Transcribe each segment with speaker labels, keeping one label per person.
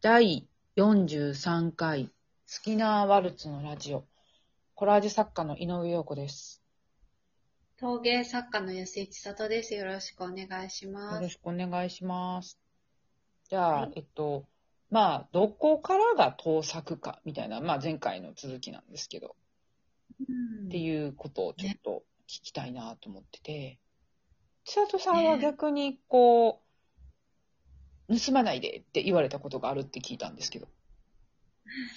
Speaker 1: 第43回
Speaker 2: 好きなワルツのラジオ。コラージュ作家の井上陽子です。
Speaker 3: 陶芸作家の吉井千里です。よろしくお願いし
Speaker 2: よ
Speaker 3: ま
Speaker 2: ろ
Speaker 3: す。
Speaker 2: しくお願いします。じゃあ、
Speaker 3: はい
Speaker 2: えっと、まあ、どこからが盗作かみたいな、まあ、前回の続きなんですけど、
Speaker 3: うん
Speaker 2: っていうことをちょっと聞きたいなと思ってて、千里さんは逆にこう、盗まないでって言われたことがあるって聞いたんですけど。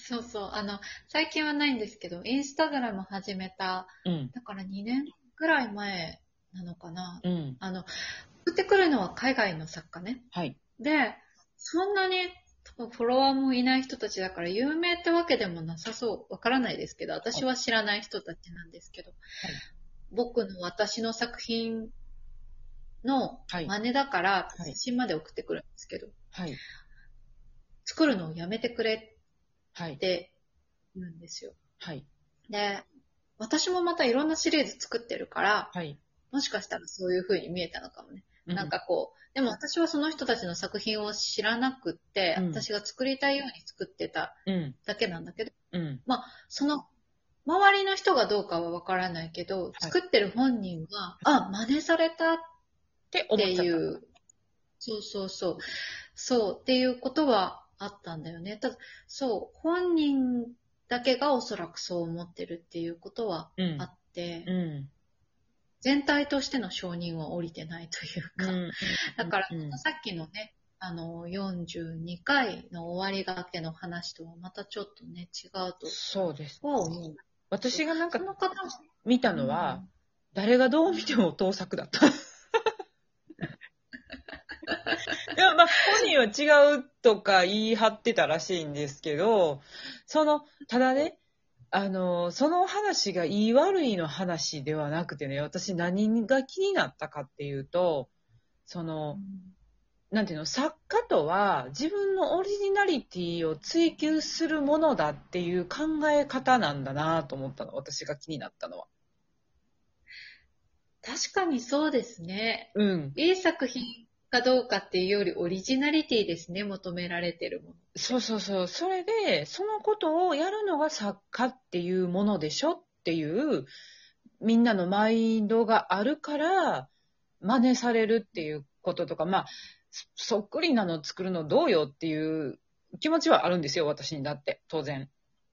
Speaker 3: そうそう。あの、最近はないんですけど、インスタグラム始めた、
Speaker 2: うん、
Speaker 3: だから2年くらい前なのかな。
Speaker 2: うん、
Speaker 3: あの、送ってくるのは海外の作家ね。
Speaker 2: はい。
Speaker 3: で、そんなに多分フォロワーもいない人たちだから有名ってわけでもなさそう。わからないですけど、私は知らない人たちなんですけど、僕の私の作品の
Speaker 2: はい
Speaker 3: 真似だから、
Speaker 2: はい
Speaker 3: 写真まで送ってくるんですけど、
Speaker 2: はい、
Speaker 3: 作るのをやめてくれ
Speaker 2: は
Speaker 3: っ
Speaker 2: い、
Speaker 3: て言うんですよ。
Speaker 2: はい、
Speaker 3: で、私もまたいろんなシリーズ作ってるから、
Speaker 2: はい。
Speaker 3: もしかしたらそういう風に見えたのかもね。
Speaker 2: う
Speaker 3: なん、かこう、でも私はその人たちの作品を知らなくって、
Speaker 2: うん
Speaker 3: 私が作りたいように作ってた
Speaker 2: うん、
Speaker 3: だけなんだけど、
Speaker 2: うん、
Speaker 3: まあ、その、周りの人がどうかはわからないけど、作ってる本人は、あ、真似されたっ
Speaker 2: って思
Speaker 3: て
Speaker 2: っちゃ
Speaker 3: い
Speaker 2: った。
Speaker 3: う、そうそうそう、そうっていうことはあったんだよね。ただ、そう、本人だけがおそらくそう思ってるっていうことは
Speaker 2: うん
Speaker 3: あって、
Speaker 2: うん。
Speaker 3: 全体としての承認は降りてないというか、だから、
Speaker 2: うん
Speaker 3: さっきのね、あの、42回の終わりがけの話とはまたちょっとね、違うと
Speaker 2: そうです。
Speaker 3: は思う。
Speaker 2: 私がなんか
Speaker 3: その方も
Speaker 2: 見たのは、、誰がどう見ても盗作だった。 いや、まあ、本人は違うとか言い張ってたらしいんですけど、その、ただね、あの、その話が言い悪いの話ではなくてね、私何が気になったかっていうと、その、なんていうの、作家とは自分のオリジナリティを追求するものだっていう考え方なんだなと思ったの、私が気になったのは。
Speaker 3: 確かにそうですね。
Speaker 2: うん。
Speaker 3: いい作品かどうかっていうよりオリジナリティですね、求められてるもの。
Speaker 2: そうそうそう。それで、そのことをやるのが作家っていうものでしょっていう、みんなのマインドがあるから、真似されるっていうこととか、まあ、そそっくりなの作るのどうよっていう気持ちはあるんですよ、私にだって、当然。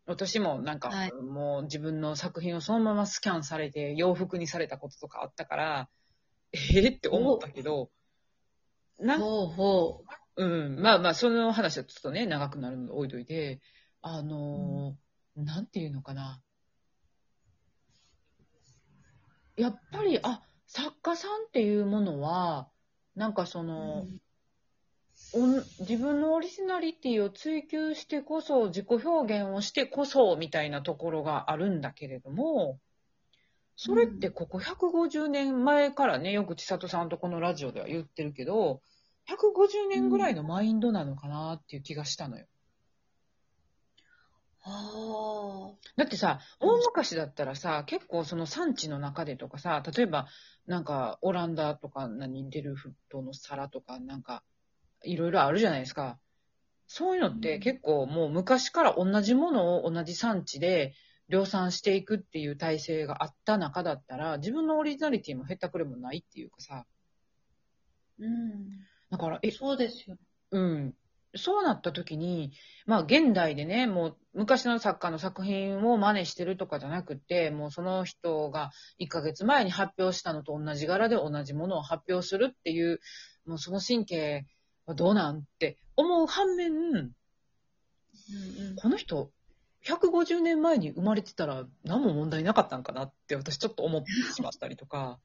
Speaker 2: 私もなんか、
Speaker 3: はい
Speaker 2: もう自分の作品をそのままスキャンされて、洋服にされたこととかあったから、えー、って思ったけど、なんか
Speaker 3: ほうほ。
Speaker 2: うん、まあまあ、その話はちょっとね、長くなるので置いといて、あのーなんていうのかな。やっぱり、あ、作家さんっていうものは、なんかそうの、おん自分のオリジナリティを追求してこそ、自己表現をしてこそ、みたいなところがあるんだけれども、それってここ150年前からね、よく千里さんとこのラジオでは言ってるけど、150年ぐらいのマインドなのかなっていう気がしたのよ。
Speaker 3: は
Speaker 2: だってさ、
Speaker 3: うん
Speaker 2: 大昔だったらさ、結構その産地の中でとかさ、例えばなんかオランダとか何デルフトの皿とかなんかいろいろあるじゃないですか。そういうのって結構もう昔から同じものを同じ産地で量産していくっていう体制があった中だったら、自分のオリジナリティもへったくれもないっていうかさ、
Speaker 3: あ。うん。
Speaker 2: だから、え、
Speaker 3: そうですよ。
Speaker 2: うん。そうなった時に、まあ現代でね、もう昔の作家の作品を真似してるとかじゃなくて、もうその人が1ヶ月前に発表したのと同じ柄で同じものを発表するっていう、もうその神経はどうなんって思う反面、
Speaker 3: うんうん
Speaker 2: この人、150年前に生まれてたら何も問題なかったんかなって私ちょっと思ってしまったりとか。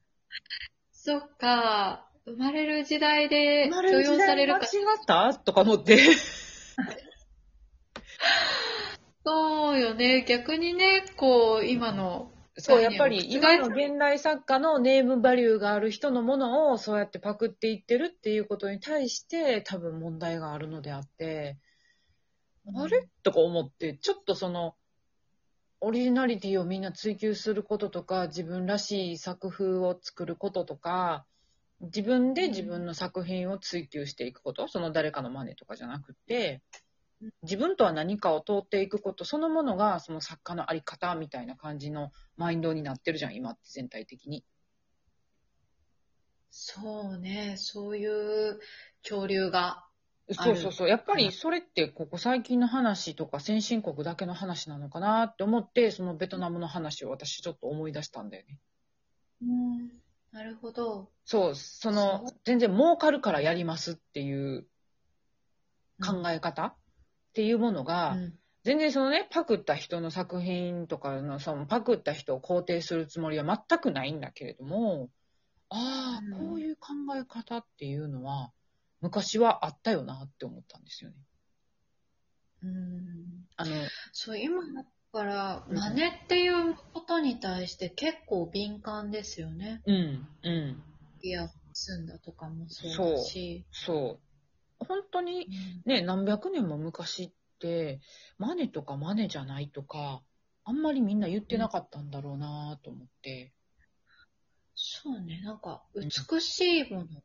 Speaker 3: そっか。生まれる時代
Speaker 2: 生
Speaker 3: で
Speaker 2: ま
Speaker 3: 許
Speaker 2: れる時
Speaker 3: 容さ
Speaker 2: 代
Speaker 3: れる
Speaker 2: 間違
Speaker 3: か。
Speaker 2: ったとか思って。
Speaker 3: そうよね。逆にね、こう、今の、
Speaker 2: そう、やっぱり
Speaker 3: 概
Speaker 2: 今の
Speaker 3: 念を覆す
Speaker 2: 現代作家のネームバリューがある人のものをそうやってパクっていってるっていうことに対して多分問題があるのであって、あれとか思って、ちょっとその、オリジナリティをみんな追求することとか、自分らしい作風を作ることとか、自分で自分の作品を追求していくこと、その誰かの真似とかじゃなくて、自分とは何かを通っていくことそのものがその作家のあり方みたいな感じのマインドになってるじゃん今って全体的に。
Speaker 3: そうね、そういう潮流が。あ
Speaker 2: そう
Speaker 3: る
Speaker 2: そうそう。やっぱりそれってここ最近の話とか先進国だけの話なのかなって思って、そのベトナムの話を私ちょっと思い出したんだよね。
Speaker 3: うん、なるほど。
Speaker 2: そう、その
Speaker 3: そ
Speaker 2: 全然儲かるからやりますっていう考え方っていうものが、
Speaker 3: うん
Speaker 2: 全然そのね、パクった人の作品とかの、そのパクった人を肯定するつもりは全くないんだけれども、ああ、
Speaker 3: うん
Speaker 2: こういう考え方っていうのは、昔はあったよなって思ったんですよね。
Speaker 3: うん
Speaker 2: あの、
Speaker 3: そう、今だから、
Speaker 2: うん
Speaker 3: 真似っていうことに対して結構敏感ですよね。
Speaker 2: うん、うん、
Speaker 3: いや、住んだとかもそうだし。
Speaker 2: そう。本当に
Speaker 3: うん
Speaker 2: ね、何百年も昔って、マネとかマネじゃないとか、あんまりみんな言ってなかったんだろうなと思って。
Speaker 3: そうね、なんか、美しいもの、
Speaker 2: うん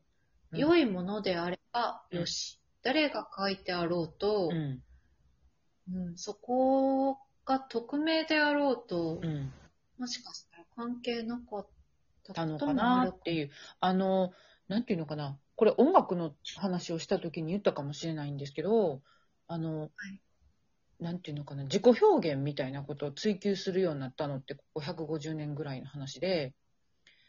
Speaker 3: 良いものであれば
Speaker 2: うん
Speaker 3: よし。誰が書いてあろうと、
Speaker 2: うん、
Speaker 3: うんそこが匿名であろうと、
Speaker 2: うん。
Speaker 3: もしかしたら関係なかった
Speaker 2: たの
Speaker 3: こと
Speaker 2: か
Speaker 3: もあ
Speaker 2: な
Speaker 3: る
Speaker 2: っていう、あの、なんていうのかな、これ音楽の話をした時に言ったかもしれないんですけど、あの、なんていうのかな、自己表現みたいなことを追求するようになったのって、ここ150年ぐらいの話で、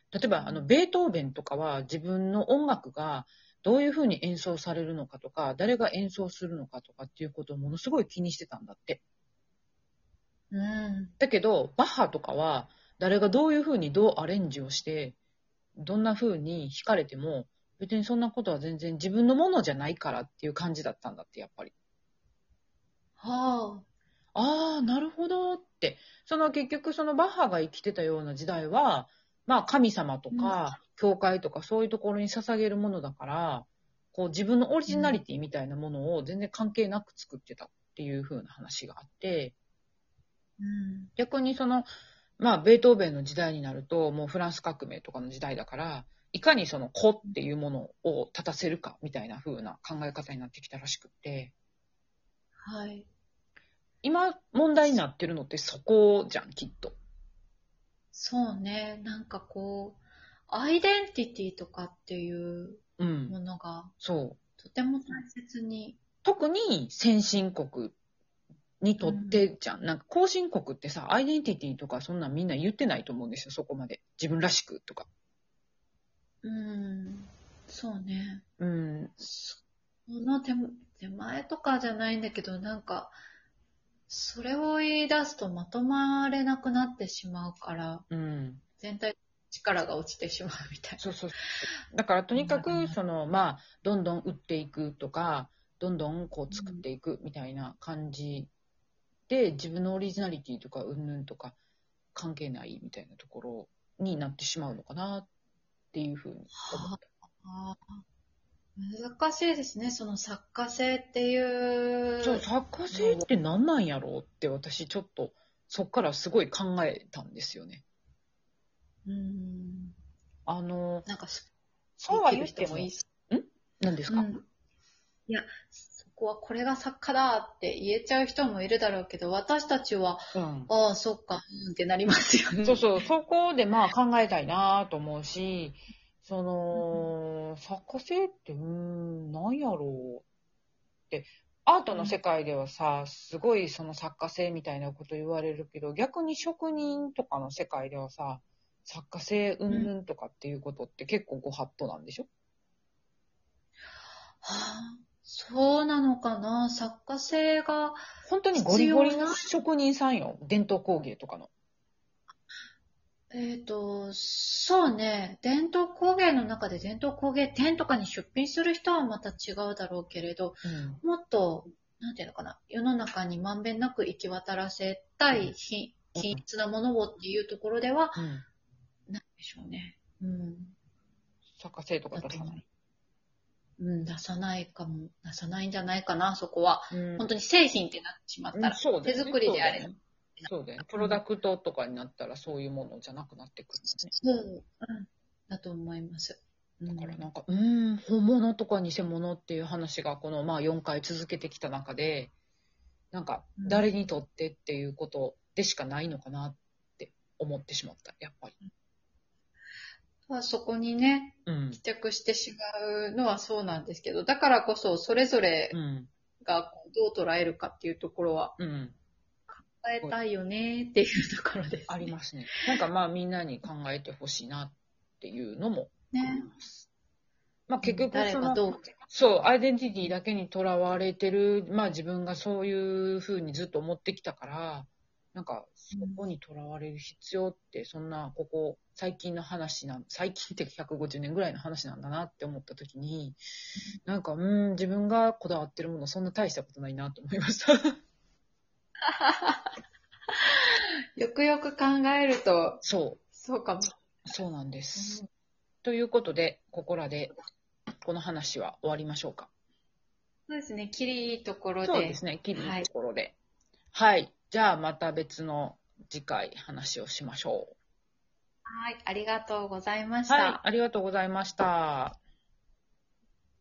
Speaker 2: 例えば、あの、ベートーベンとかは自分の音楽がどういうふうに演奏されるのかとか、誰が演奏するのかとかっていうことをものすごい気にしてたんだって。
Speaker 3: うん。
Speaker 2: だけど、バッハとかは、誰がどういうふうにどうアレンジをして、どんなふうに弾かれても、別にそんなことは全然自分のものじゃないからっていう感じだったんだって、やっぱり。
Speaker 3: はあ。
Speaker 2: ああ、なるほどって。その結局、そのバッハが生きてたような時代は、まあ神様とか、教会とかそういうところに捧げるものだから、こう自分のオリジナリティみたいなものを全然関係なく作ってたっていう風な話があって、
Speaker 3: うん。
Speaker 2: 逆にその、まあベートーベンの時代になると、もうフランス革命とかの時代だから、いかにその子っていうものを立たせるかみたいな風な考え方になってきたらしくって、
Speaker 3: はい。
Speaker 2: 今問題になってるのってそこじゃん、きっと。
Speaker 3: そうね。なんかこう、アイデンティティとかっていう
Speaker 2: うん。
Speaker 3: ものが
Speaker 2: そう。
Speaker 3: とても大切に。
Speaker 2: 特に先進国にとってじゃん。なんか後進国ってさ、アイデンティティとかそんなんみんな言ってないと思うんですよ、そこまで。自分らしくとか。
Speaker 3: うん。そうね。
Speaker 2: うん。
Speaker 3: その手も手前とかじゃないんだけど、なんか、それを言い出すとまとまれなくなってしまうから、
Speaker 2: うん。
Speaker 3: 全体の力が落ちてしまうみたいな。
Speaker 2: そうそうそう。だからとにか
Speaker 3: う
Speaker 2: く、
Speaker 3: ん
Speaker 2: その、まあ、どんどん売っていくとか、どんどんこう作っていくみたいな感じで、自分のオリジナリティとか、うんぬんとか、関係ないみたいなところになってしまうのかなっていうふうに思った。
Speaker 3: あー難しいですね、その作家性っていう。
Speaker 2: そう、作家性って何なんやろうって私ちょっとそっからすごい考えたんですよね。
Speaker 3: うん。
Speaker 2: あの、
Speaker 3: なんかす、
Speaker 2: そうは言ってもい
Speaker 3: いい
Speaker 2: い。何ですか、
Speaker 3: うんいや、そこはこれが作家だって言えちゃう人もいるだろうけど、私たちは、
Speaker 2: うん
Speaker 3: ああ、そっか、うんってなりますよね。
Speaker 2: そうそう、そこでまあ考えたいなと思うし、その、作家性って、うーん、何やろうって、アートの世界ではさ、すごいその作家性みたいなこと言われるけど、逆に職人とかの世界ではさ、作家性うんぬんとかっていうことって結構ご法度なんでしょ、
Speaker 3: はあ、そうなのかな作家性が、
Speaker 2: 本当にゴリゴリの職人さんよ。伝統工芸とかの。
Speaker 3: えっ、と、そうね、伝統工芸の中で伝統工芸展とかに出品する人はまた違うだろうけれど、もっと、なんていうのかな、世の中にまんべんなく行き渡らせたい品
Speaker 2: うん
Speaker 3: 品質なものをっていうところでは、
Speaker 2: うん
Speaker 3: なんでしょうね。うん。
Speaker 2: 作家性とか出さない。
Speaker 3: うん、出さないかも、出さないんじゃないかな、そこは。
Speaker 2: うん
Speaker 3: 本当に製品ってなってしまったら。
Speaker 2: そうだよね
Speaker 3: 手作りであれ
Speaker 2: そうだよねそうだよね。プロダクトとかになったらそういうものじゃなくなってくるんだね。
Speaker 3: そう、うん。だと思います。うん
Speaker 2: だからなんか、うーん、本物とか偽物っていう話が、このまあ4回続けてきた中で、なんか、
Speaker 3: うん
Speaker 2: 誰にとってっていうことでしかないのかなって思ってしまった、やっぱり。
Speaker 3: まあそこにね、
Speaker 2: うん
Speaker 3: 帰。着してしまうのはそうなんですけど、だからこそ、それぞれ
Speaker 2: うん。
Speaker 3: がこうどう捉えるかっていうところは、
Speaker 2: うん。
Speaker 3: 変えたいよねっていうところです、ね。
Speaker 2: ありますね。なんかまあみんなに考えてほしいなっていうのもあり
Speaker 3: ね。
Speaker 2: ます。まあ結局
Speaker 3: 誰
Speaker 2: そ
Speaker 3: が
Speaker 2: の、
Speaker 3: どう。
Speaker 2: そう、アイデンティティだけにとらわれてる、まあ自分がそういうふうにずっと思ってきたから、なんかそこにとらわれる必要って、そんなここ最近の話なん、最近って150年ぐらいの話なんだなって思った時に、なんか、うん、自分がこだわってるものそんな大したことないなと思いました。
Speaker 3: よくよく考えると、
Speaker 2: そう、
Speaker 3: そうかも。
Speaker 2: そうなんです。ということで、ここらでこの話は終わりましょうか。
Speaker 3: そうですね、きりいいところで。
Speaker 2: そうですね、切るところで。はい、じゃあまた別の次回話をしましょう。
Speaker 3: はい、ありがとうございました。
Speaker 2: はい、ありがとうございました。